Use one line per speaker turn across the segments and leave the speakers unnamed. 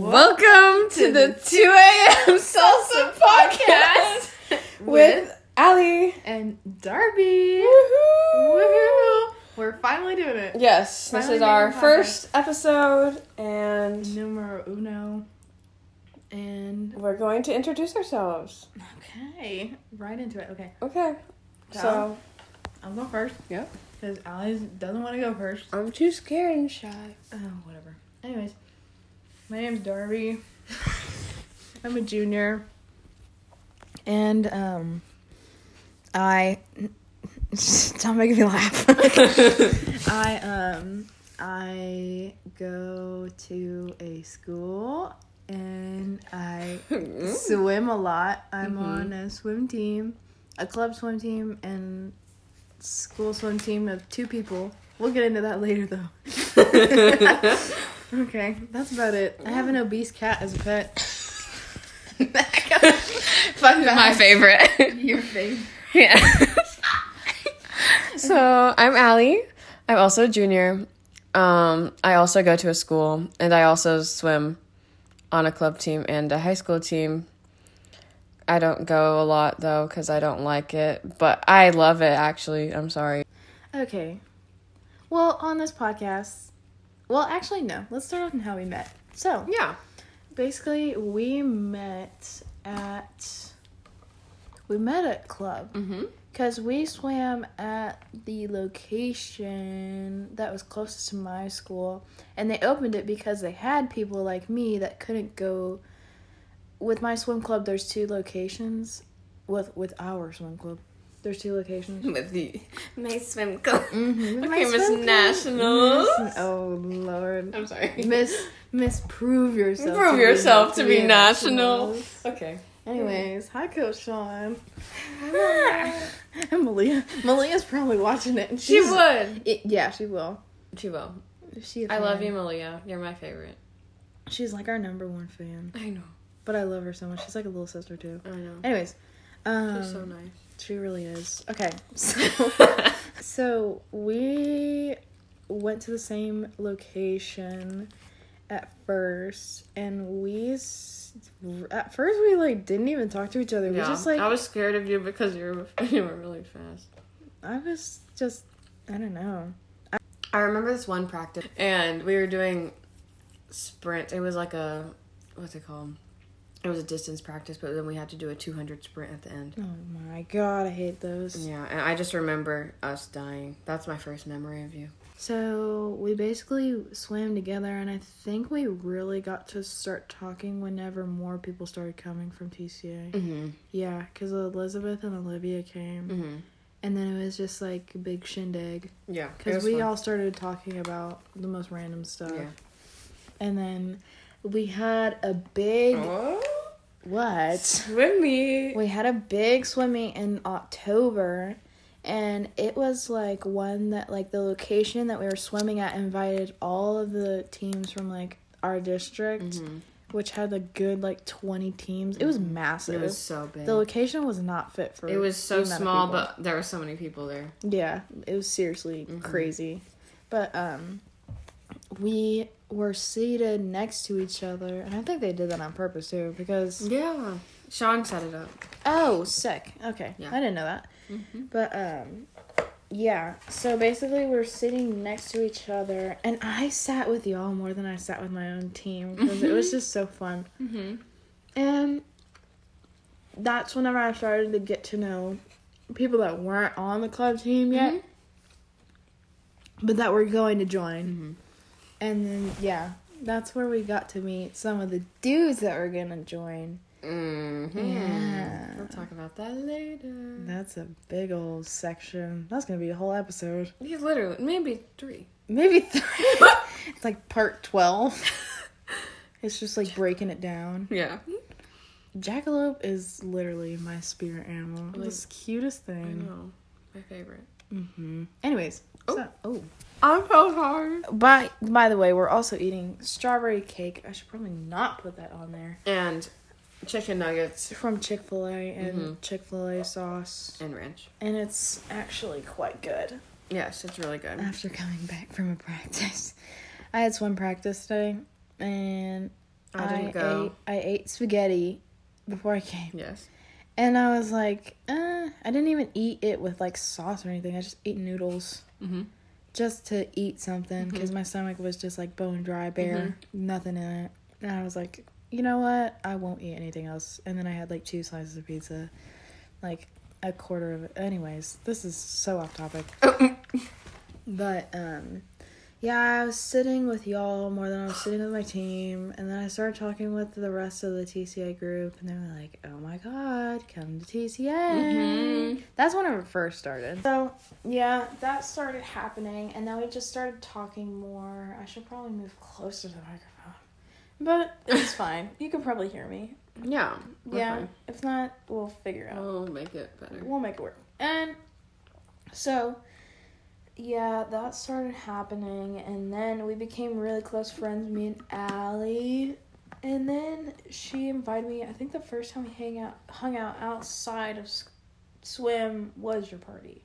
Welcome to the 2 a.m. Salsa Podcast with Ali.
and Darby. Woohoo! We're finally doing it.
Yes, this
Finally
is our
making
first episode, and
Numero uno. And
we're going to introduce ourselves.
okay, right into it. Okay,
Okay. So,
So- I'll go first.
Yep.
Because Alice doesn't want to go first.
I'm too scared and shy.
Oh, whatever. Anyways, my name's Darby. I'm a junior. And, um, I. Stop making me laugh. I, um, I go to a school and I swim a lot. I'm on a swim team, a club swim team, and school swim team of two people. We'll get into that later, though. okay, that's about it. I have an obese cat as a pet.
Fun My favorite.
Your face.
yeah. so, I'm Ali. I'm also a junior. Um, I also go to a school, and I also swim on a club team and a high school team. I don't go a lot though because I don't like it, but I love it actually. I'm sorry.
Okay. Well, on this podcast, well, actually, no. Let's start off on how we met. So,
Yeah.
basically, we met at we met at club
Mm-hmm.
because we swam at the location that was closest to my school, and they opened it because they had people like me that couldn't go. With my swim club, there's two locations. With with our swim club, there's two locations.
With the my swim club.
Mm-hmm.
Okay, Miss Nationals.
oh lord,
I'm sorry.
Miss Miss, prove yourself.
Prove
be-
yourself to be
a
national.
nationals.
Okay.
Anyways, hi Coach Sean. and Malia, Malia's probably watching it. And
She
she's-
would.
It- yeah, she will.
She will.
She. a
I love you,
fan.
Malia. You're my favorite.
She's like our number one fan,
I know.
but I love her so much. She's like a little sister too.
I know.
Anyways, um,
She's so nice.
she really is. Okay, so. So we went to the same location at first, and we s- at first we like didn't even talk to each other. We
yeah.
just like
I
I was,
was scared of you because you were you were really fast.
just I don't know.
I remember this one practice, and we were doing sprint. It was like a what's it called? It was a distance practice, but then we had to do a 200 sprint at the end.
Oh my god, I hate those.
Yeah, and I just remember us dying. That's my first memory of you.
So we basically swam together, and I think we really got to start talking whenever more people started coming from TCA.
Mm-hmm.
Yeah, because Elizabeth and Olivia came,
Mm-hmm.
and then it was just like a big shindig.
Yeah, it
Because
was
we
fun.
all started talking about the most random stuff.
Yeah.
And then we had a big.
Oh,
What?
swim meet.
We had a big swim meet in October. And it was like one that, like, the location that we were swimming at invited all of the teams from, like, our district,
Mm-hmm.
which had a good, like, 20 teams. It was massive.
It was so big.
the location was not fit for
It was
the
so
amount of
small,
people.
but there were so many people there.
Yeah, it was seriously
Mm-hmm.
crazy. But um we were seated next to each other and I think they did that on purpose too because
Yeah, Sean set it up.
oh, sick. Okay.
Yeah. Mm-hmm.
I didn't know that. But um yeah, so basically we're sitting next to each other and I sat with y'all more than I sat with my own team because it was just so fun.
Mm-hmm.
And that's whenever I started to get to know people that weren't on the club team yet,
Mm-hmm.
but that were going to join. And then, yeah, that's where we got to meet some of the dudes that were going to join.
Mm-hmm.
Yeah.
We'll talk about that later.
That's a big old section. That's going to be a whole episode.
Yeah, literally, maybe three.
Maybe three. it's like part 12. It's just like breaking it down.
yeah.
Jackalope is literally my spirit animal.
Like-
It's the cutest
I
thing.
know. My favorite.
Mm-hmm. Anyways,
Oh.
so- oh.
I'm so hard.
By by the way, we're also eating strawberry cake. I should probably not put that on there.
And chicken nuggets
From Chick Fil A and
Mhm.
Chick Fil A sauce,
and ranch.
and it's actually quite good.
Yes, it's really good.
After coming back from a practice, I had swim practice today, and
I didn't go.
Ate, I ate spaghetti before I came.
Yes.
And I was like, eh, I didn't even eat it with like sauce or anything. I just ate noodles
Mm-hmm.
just to eat something because my stomach was just like bone dry, bare, nothing in it. And I was like, you know what? I won't eat anything else. And then I had like two slices of pizza, like a quarter of it. Anyways, this is so off topic. but um, yeah, I was sitting with y'all more than I was sitting with my team, and then I started talking with the rest of the TCA group, and they were like, "Oh my God, come to TCA."
Mm-hmm.
That's when it first started. So yeah, that started happening, and then we just started talking more. I should probably move closer to the microphone, but
It's fine. You can probably hear me.
Yeah. we're
yeah,
fine.
if not,
We'll figure out.
We'll make it better.
We'll make it work.
And so, yeah, that started happening, and then we became really close friends, me and Allie. And then she invited me. I think the first time we hang out, hung out outside of s- swim was your party.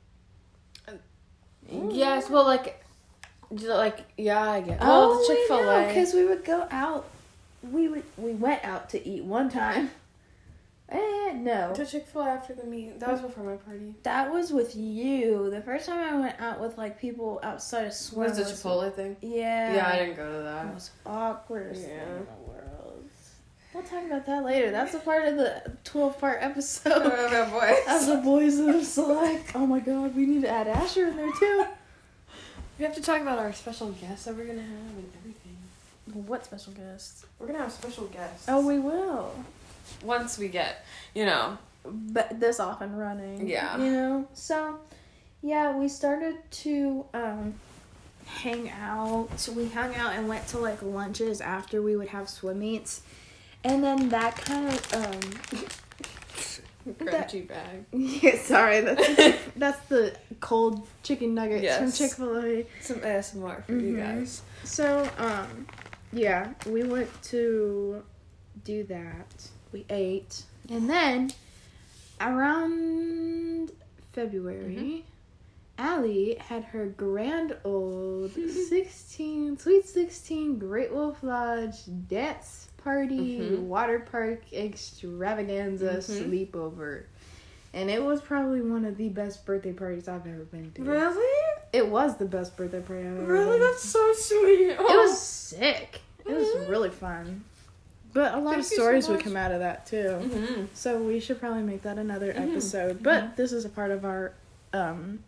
Mm.
Yes. Well, like, j- like yeah, I get.
Oh,
well, the Chick Fil A.
because we would go out. We would we went out to eat one time. Eh, no,
To Chick Fil A after the meet. That was before my party.
that was with you. The first time I went out with like people outside of swim.
Was the Chipotle thing?
Yeah.
Yeah, I didn't go to that.
most awkward
Yeah.
thing in the world. We'll talk about that later. That's a part of the 12 part
Oh,
episode of the Boys of the Select. Oh my god, we need to add Asher in there too.
We have to talk about our special guests that we're gonna have and everything.
What special guests?
We're gonna have special guests.
Oh, we will.
Once we get, you know,
But this off and running.
Yeah.
You know? So, yeah, we started to um, hang out. So we hung out and went to like lunches after we would have swim meets. And then that kind of um,
crunchy bag.
Yeah, sorry, that's the, that's the cold chicken nuggets from
Yes.
Chick Fil A.
Some ASMR for
Mhm.
you guys.
So, um, yeah, we went to do that. We ate, and then around
Mm-hmm.
February, Allie had her grand old sixteen, sweet sixteen, Great Wolf Lodge dance party,
Mhm.
water park extravaganza
Mhm.
sleepover. And it was probably one of the best birthday parties I've ever been to.
Really?
It was the best birthday party I've ever been
Really?
to.
That's so sweet.
It was
Oh.
sick. It was
Mhm.
really fun. But a lot of
Thank you so
stories would
much.
come out of that too.
hmm
So we should probably make that another
Mhm.
episode. But this is a part of our um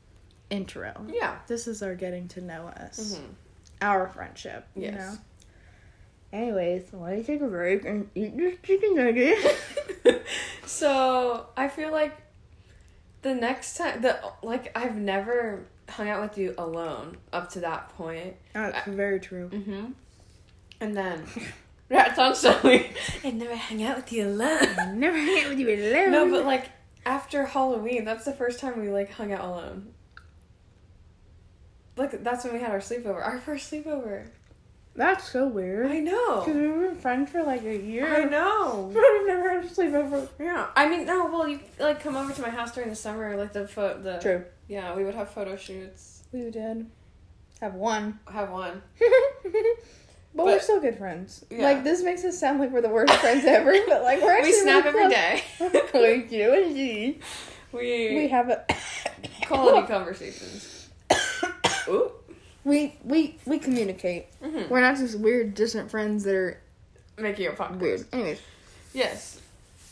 intro.
Yeah.
This is our getting to know us.
hmm
Our friendship.
Yes.
You know? Anyways, let me take a break and eat this chicken nugget.
so I feel like the next time the like I've never hung out with you alone up to that point.
That's very true.
Mm-hmm. And then that sounds so weird. I never hung out with you alone.
Never hang out with you alone.
No, but like after Halloween, that's the first time we like hung out alone. Look, that's when we had our sleepover. Our first sleepover.
that's so weird.
I
Because
know.
we've been friends for like a year.
I know.
I've never had a sleepover.
Yeah. I mean, no. Well, you like come over to my house during the summer, like the pho- the
True.
yeah, we would have photo shoots.
We did have one.
Have one.
but, we're
But-
still good friends.
Yeah.
Like this makes us sound like we're the worst friends ever, but like we're actually
we snap
really
every
close.
day.
Like, you know, indeed. We
we
have a
quality conversations. Ooh.
we we we communicate.
Mm-hmm.
We're not just weird distant friends that are
Making a podcast.
weird. Anyways,
Yes.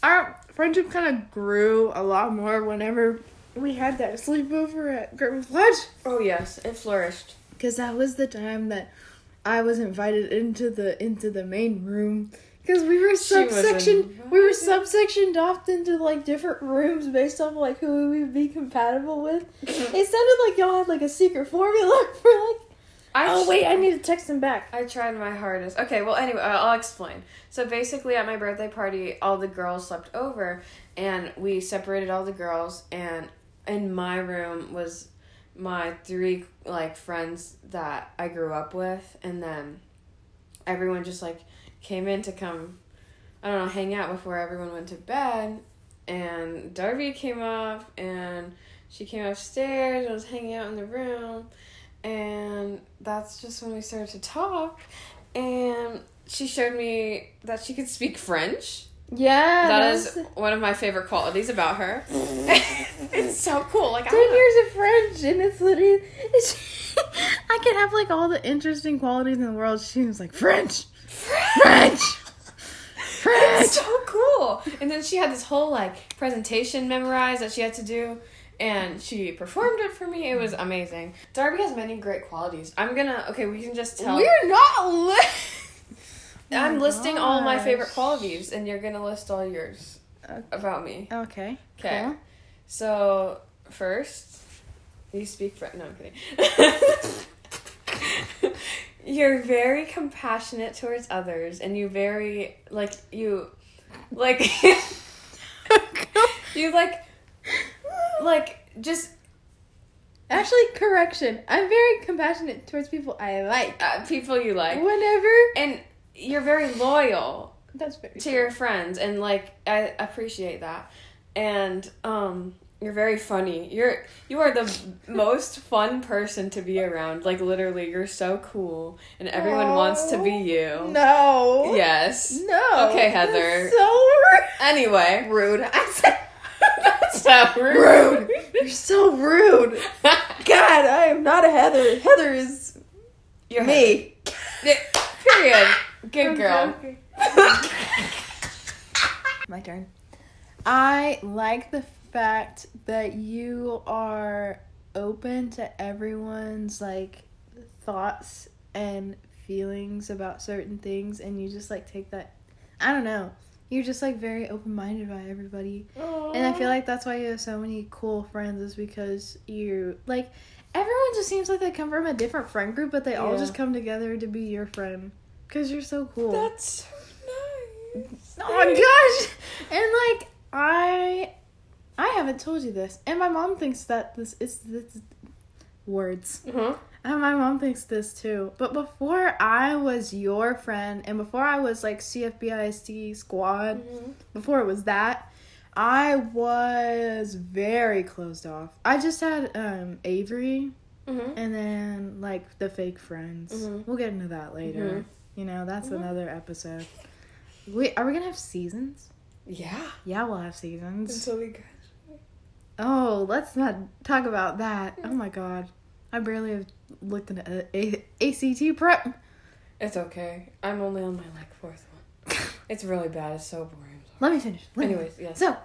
our friendship kind of grew a lot more whenever we had that sleepover at Griffith Lodge.
Oh yes, it flourished.
Cause that was the time that I was invited into the into the main room. Cause we were
She was
subsection we were
invited.
subsectioned off into like different rooms based off like who we would be compatible with. it sounded like y'all had like a secret formula for like
I
Oh wait, I need to text him back.
I tried my hardest. Okay, well, anyway, I'll I'll explain. So basically, at my birthday party, all the girls slept over, and we separated all the girls. And in my room was my three like friends that I grew up with, and then everyone just like came in to come, I don't know, hang out before everyone went to bed. And Darby came up, and she came upstairs and was hanging out in the room and that's just when we started to talk and she showed me that she could speak French.
Yeah.
That is one of my favorite qualities about her. it's so cool. Like I
Ten
don't know.
years of French, and it's literally. It's, I could have like all the interesting qualities in the world. She was like French, French, French.
It's so cool. And then she had this whole like presentation memorized that she had to do and she performed it for me. It was amazing. Darby has many great qualities. I'm gonna okay, we can just tell
We're not. Li- Oh
I'm
my
listing all my favorite
gosh.
qualities and you're gonna list all yours
Okay.
about me.
okay.
Okay.
Cool.
So first, you speak French. No, I'm kidding. You're very compassionate towards others, and you very like you, like you like like just
Actually, correction. I'm very compassionate towards people I like.
uh, people you like,
Whenever.
and you're very loyal
That's very.
to your friends, and like I appreciate that, and um. You're very funny. You're you are the most fun person to be around. Like literally, you're so cool, and everyone wants to be you.
No.
Yes.
No.
Okay, Heather.
That's so rude.
Anyway,
Rude. I said.
that's so rude.
Rude. You're so rude. God, I am not a Heather. Heather is
You're
me.
Yeah, Period. Good girl.
My turn. I like the fact that you are open to everyone's like thoughts and feelings about certain things and you just like take that I don't know. You're just like very open-minded by everybody. And I feel like that's why you have so many cool friends is because you like everyone just seems like they come from a different friend group, but they all
Yeah.
just come together to be your friend because you're so cool.
That's so nice.
oh my gosh! And like I, I haven't told you this, and my mom thinks that this is this words.
Mhm.
And my mom thinks this too. But before I was your friend and before I was like CFBIC squad, before it was that, I was very closed off. I just had um Avery
Mhm.
and then like the fake friends.
Mhm.
We'll get into that later. You know, that's another episode. Wait, are we gonna have seasons?
Yeah.
Yeah, we'll have seasons.
Until we graduate.
Oh, let's not talk about that. Oh my god. I barely have looked into a- a- ACT prep.
It's okay. I'm only on my like fourth one. It's really bad. It's so boring.
Let me finish. Let me-
Anyways, yes.
So,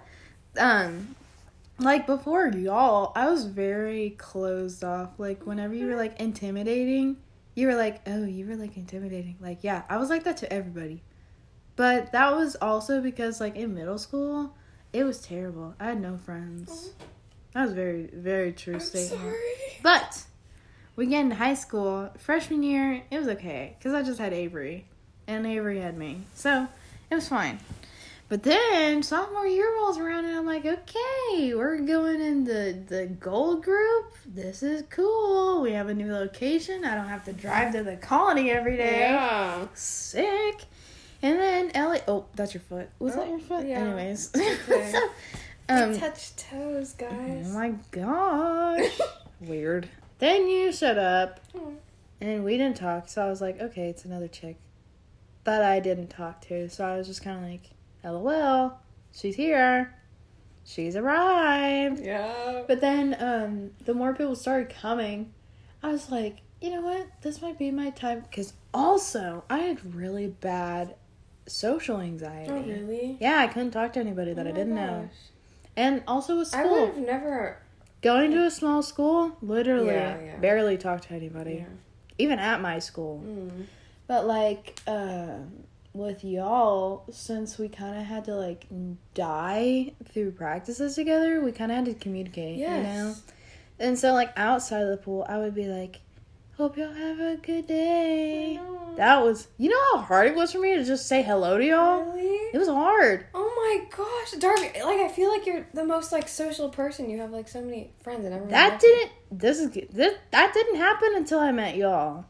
um, like before y'all, I was very closed off. Like whenever you were
Mm-hmm.
like intimidating, you were like, oh, you were like intimidating. Like yeah, I was like that to everybody. But that was also because like in middle school, it was terrible. I had no friends. That was very very true
Mm-hmm. I'm
statement.
sorry.
But we get into high school, freshman year, it was okay because I just had Avery, and Avery had me, so it was fine. But then sophomore year rolls around, and I'm like, okay, we're going in the the gold group. This is cool. We have a new location. I don't have to drive to the colony every day.
Yeah.
Sick. And then LA. Oh, that's your foot. Was that your foot?
Oh, yeah.
Anyways.
okay.
So, um,
Touch toes,
Oh
guys.
my gosh. Weird. Then you shut up.
Oh.
And we didn't talk, so I was like, okay, it's another chick that I didn't talk to. So I was just kind of like, lol, she's here. She's arrived.
Yeah.
But then um, the more people started coming, I was like, you know what? This might be my time. Because also, I had really bad social anxiety.
Oh really? Oh
Yeah, I couldn't talk to anybody that I
my
didn't know.
gosh.
And also with school.
I would have never.
Going to a small school, literally
Yeah, yeah.
barely talk to anybody,
Yeah.
even at my school.
Mm.
But like um, with y'all, since we kind of had to like die through practices together, we kind of had to communicate. You know?
Yes.
And so like outside of the pool, I would be like, "Hope y'all have a good day." That was, you know, how hard it was for me to just say hello to y'all.
Really?
It was hard.
Oh my gosh, Darby! Like I feel like you're the most like social person. You have like so many friends and everyone.
That
loves you.
didn't. This is this, that didn't happen until I met y'all.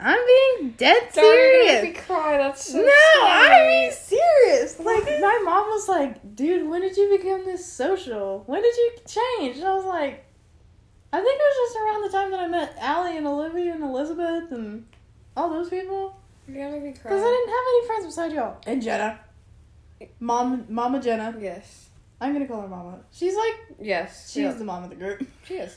I'm being dead
Darby, you
serious.
make me cry. That's so
no,
sad.
I'm being serious. Like my mom was like, "Dude, when did you become this social? When did you change?" And I was like, "I think it was just around the time that I met Allie and Olivia and Elizabeth and all those people."
You're gonna make me
Because I
cry.
didn't have any friends beside y'all.
And Jenna.
Mom, Mama Jenna.
Yes.
I'm gonna call her Mama. She's like,
Yes.
she's
Yeah.
the mom of the group.
She is.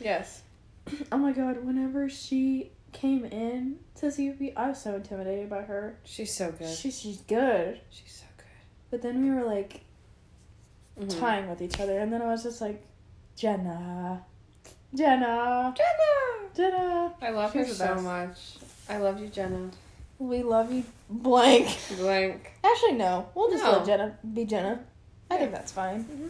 Yes.
oh my god, whenever she came in to CUP, I was so intimidated by her.
She's so good.
She, she's good.
She's so good.
But then we were like
Mhm.
tying with each other, and then I was just like, Jenna. Jenna.
Jenna.
Jenna.
I love her
She's the
so
best.
much. I love you, Jenna.
We love you, blank.
Blank.
Actually, no. We'll just
No.
let Jenna be Jenna. I think
Yeah.
that's fine.
Mhm.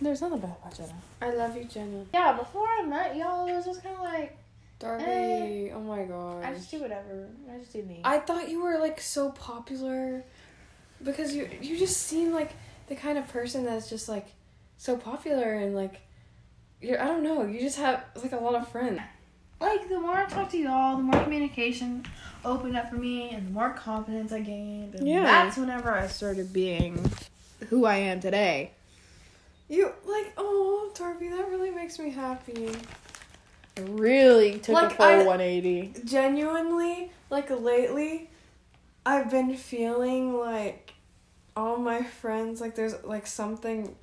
There's nothing bad about Jenna.
I love you, Jenna.
Yeah, before I met y'all, it was just kind of like,
Darby.
Eh.
oh my god.
I just do whatever. I just do me.
I thought you were like so popular because you you just seem like the kind of person that's just like so popular and like you I don't know, you just have like a lot of friends.
like, the more I talked to y'all, the more communication opened up for me, and the more confidence I gained. And
Yeah.
That's whenever I started being who I am today.
You like oh Darby, that really makes me happy.
It really took
Like,
a full
I-
180.
Genuinely, like lately I've been feeling like all my friends like there's like something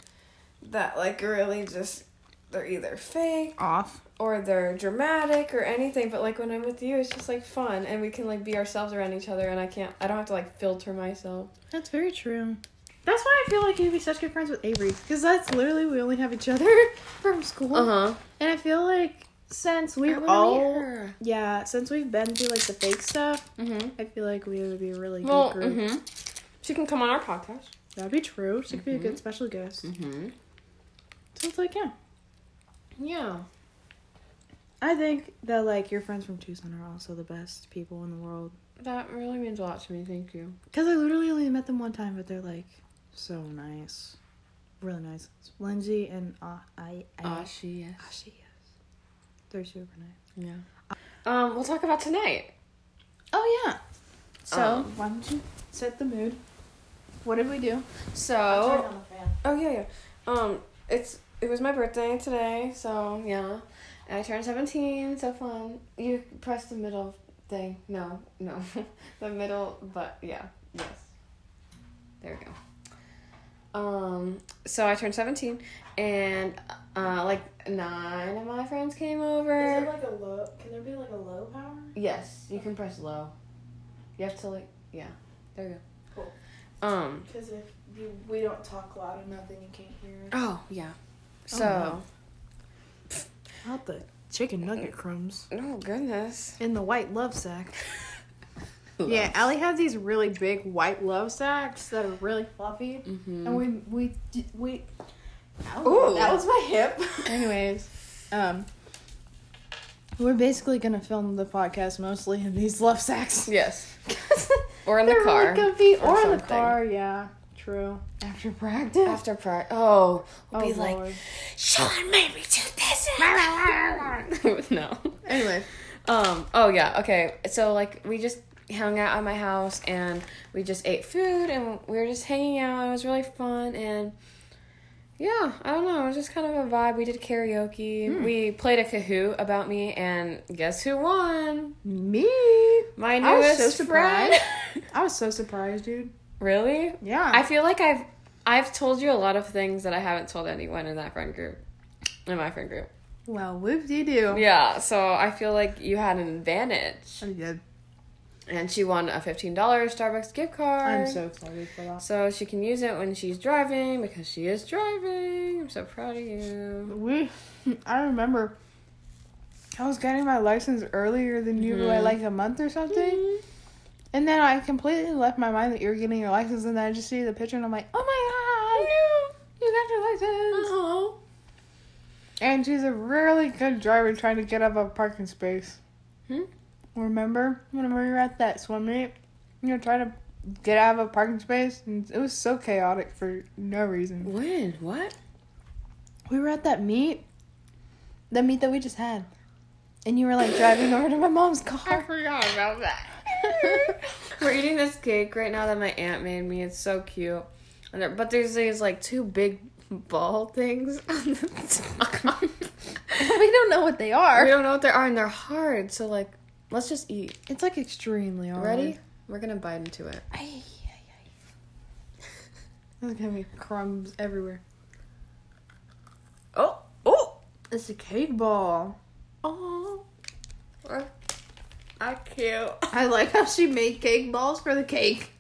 that like really just they're either fake
Off.
or they're dramatic or anything but like when i'm with you it's just like fun and we can like be ourselves around each other and i can't i don't have to like filter myself
That's very true. That's why I feel like you'd be such good friends with Avery, because that's literally we only have each other from school.
uh-huh
And I feel like since
we
we've all yeah, since we've been through like the fake stuff,
mm-hmm
I feel like we would be a really good
well
group.
mm-hmm she can come on our podcast
That'd be true. She could be a good special guest.
mm-hmm
So it's like yeah,
yeah
I think that like your friends from Tucson are also the best people in the world.
that really means a lot to me thank you
Cause I literally only met them one time, but they're like so nice, really nice. It's Lindsay and uh, I, I
Ah, she is
Ashi, yes, they're super nice.
yeah um we'll talk about tonight
Oh yeah. So
Um,
why don't you set the mood? What did we do?
so oh yeah yeah um it's it was my birthday today so yeah and i turned 17 so fun you press the middle thing no no the middle but yeah yes there we go um so i turned 17 and uh like nine of my friends came over
Is it like a low? Can there be like a low power?
yes you can press low you have to like yeah there you go
Cool.
um
Because if you, we don't talk loud enough, then you can't hear.
oh yeah so
no. Not the chicken nugget crumbs
oh goodness
in the white love sack. Yeah, Allie has these really big white love sacks that are really fluffy,
Mm-hmm.
and we we d- we. oh,
Ooh.
that was
my hip.
Anyways, um, we're basically gonna film the podcast mostly in these love sacks.
yes.
or
Or in the car.
comfy.
or
Or, in the
something.
car, yeah. True. After practice.
After practice. Oh, we'll
oh,
be like,
Lord.
Sean made me do this. no.
Anyway.
Um. Oh yeah. Okay. So like we just hung out at my house and we just ate food and we were just hanging out. It was really fun and yeah, I don't know. It was just kind of a vibe. We did karaoke.
Hmm.
We played a Kahoot about me and guess who won?
Me.
My
I was
newest
so
friend.
I was so surprised, dude.
really?
Yeah.
I feel like I've I've told you a lot of things that I haven't told anyone in that friend group. In my friend group.
well, whoop de doo.
Yeah, so I feel like you had an advantage.
I did.
And she won a $15 Starbucks gift card.
I'm so excited for that.
So she can use it when she's driving because she is driving. I'm so proud of you.
We. I remember. I was getting my license earlier than you by
Mhm.
like a month or something.
Mm-hmm.
And then I completely left my mind that you were getting your license, and then I just see the picture, and I'm like, oh my god, you got your license.
Oh.
And she's a really good driver trying to get out of a parking space.
Hmm?
Remember whenever we were at that swim meet, you were trying to get out of a parking space, and it was so chaotic for no reason.
When? What?
We were at that meet, the meet that we just had, and you were like driving over to my mom's car.
forgot about that. We're eating this cake right now that my aunt made me. It's so cute. And there, but there's these like two big ball things on the top.
we don't know what they
we
are.
don't know what they are, and they're hard. So like, Let's just eat.
It's like extremely hard.
Ready? We're gonna bite into it.
Ay, ay, ay. There's gonna be crumbs everywhere.
Oh, oh,
It's a cake ball.
oh. I cute.
I like how she made cake balls for the cake.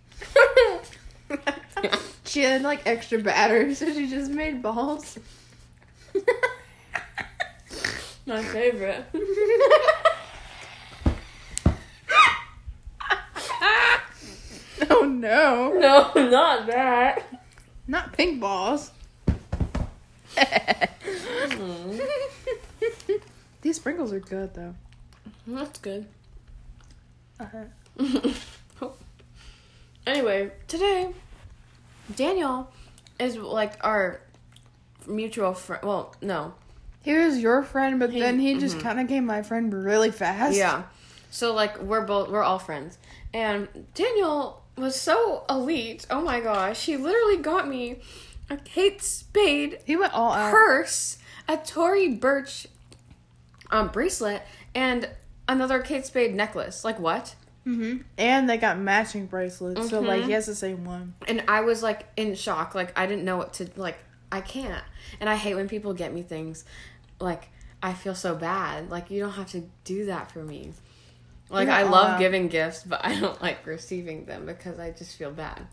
she had like extra batter, so she just made balls.
My favorite.
oh no.
No, not that.
Not pink balls. These sprinkles are good though.
Mm-hmm. That's good. Oh.
Uh-huh.
anyway, today, Daniel is like our mutual friend. Well, no.
He was your friend, but
He-
then he just
mhm.
kind of became my friend really fast.
Yeah. So like we're both we're all friends. And Daniel was so elite. Oh my gosh, he literally got me a Kate Spade
He went all out.
purse, a Tory Birch um bracelet, and another Kate Spade necklace. Like what?
hmm And they got matching bracelets, so
Mm-hmm.
like he has the same one.
And I was like in shock. Like I didn't know what to like. I can't. And I hate when people get me things. Like I feel so bad. Like you don't have to do that for me. Like
You're
I
all
love
out.
giving gifts, but I don't like receiving them because I just feel bad.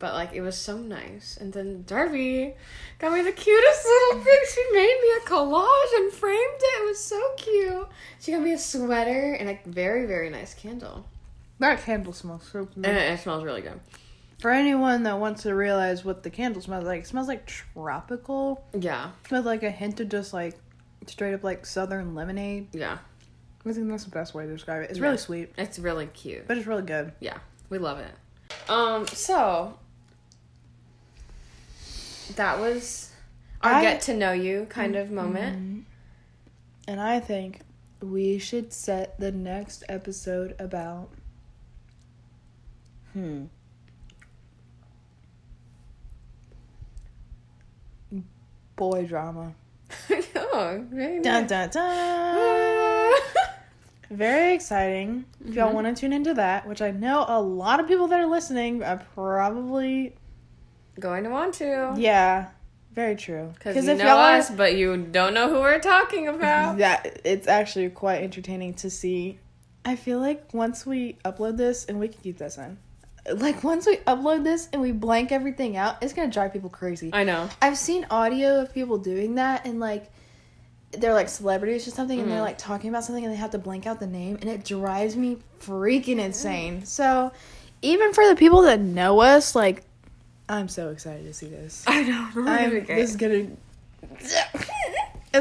But like it was so nice. And then Darby got me the cutest little thing. She made me a collage and framed it. It was so cute. She got me a sweater and a very very nice candle.
That candle smells so good.
And it, it smells really good.
For anyone that wants to realize what the candle smells like, it smells like tropical
Yeah.
with like a hint of just like straight up like southern lemonade.
Yeah.
I think that's the best way to describe it. It's
Yeah.
really sweet,
It's really cute.
but it's really good.
Yeah, we love it. Um, so that was our
I- Mm-hmm.
get to know you kind of moment.
And I think we should set the next episode about. Hmm. Boy drama.
oh, very
Dun
nice.
dun dun! Very exciting. If
Mm-hmm.
y'all want to tune into that, which I know a lot of people that are listening are probably.
Going to want to.
Yeah, very true.
Because you know us, but you don't know who we're talking about.
that it's actually quite entertaining to see. I feel like once we upload this, and we can keep this in, like once we upload this and we blank everything out, it's gonna drive people crazy.
I know.
I've seen audio of people doing that, and like they're like celebrities or something, and they're like talking about something, and they have to blank out the name, and it drives me freaking insane. So, even for the people that know us, like I'm so excited to see this.
I know.
I'm, this is gonna. it's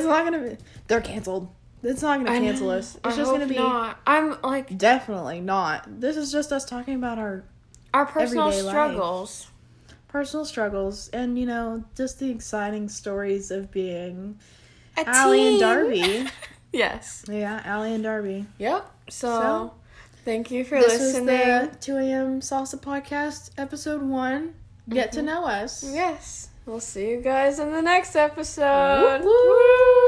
not gonna be. They're canceled. It's not gonna cancel us. It's just gonna be.
Not. I'm like
Definitely not. This is just us talking about our
our personal
Everyday life.
struggles.
personal struggles and you know just the exciting stories of being
A
Allie and
teen.
Darby.
yes.
yeah, Allie and Darby.
Yep. So,
So,
thank you for
This
listening.
was the 2 a.m. Salsa Podcast, episode one.
Mm-hmm.
Get to know us.
Yes. We'll see you guys in the next episode.
Woo-woo.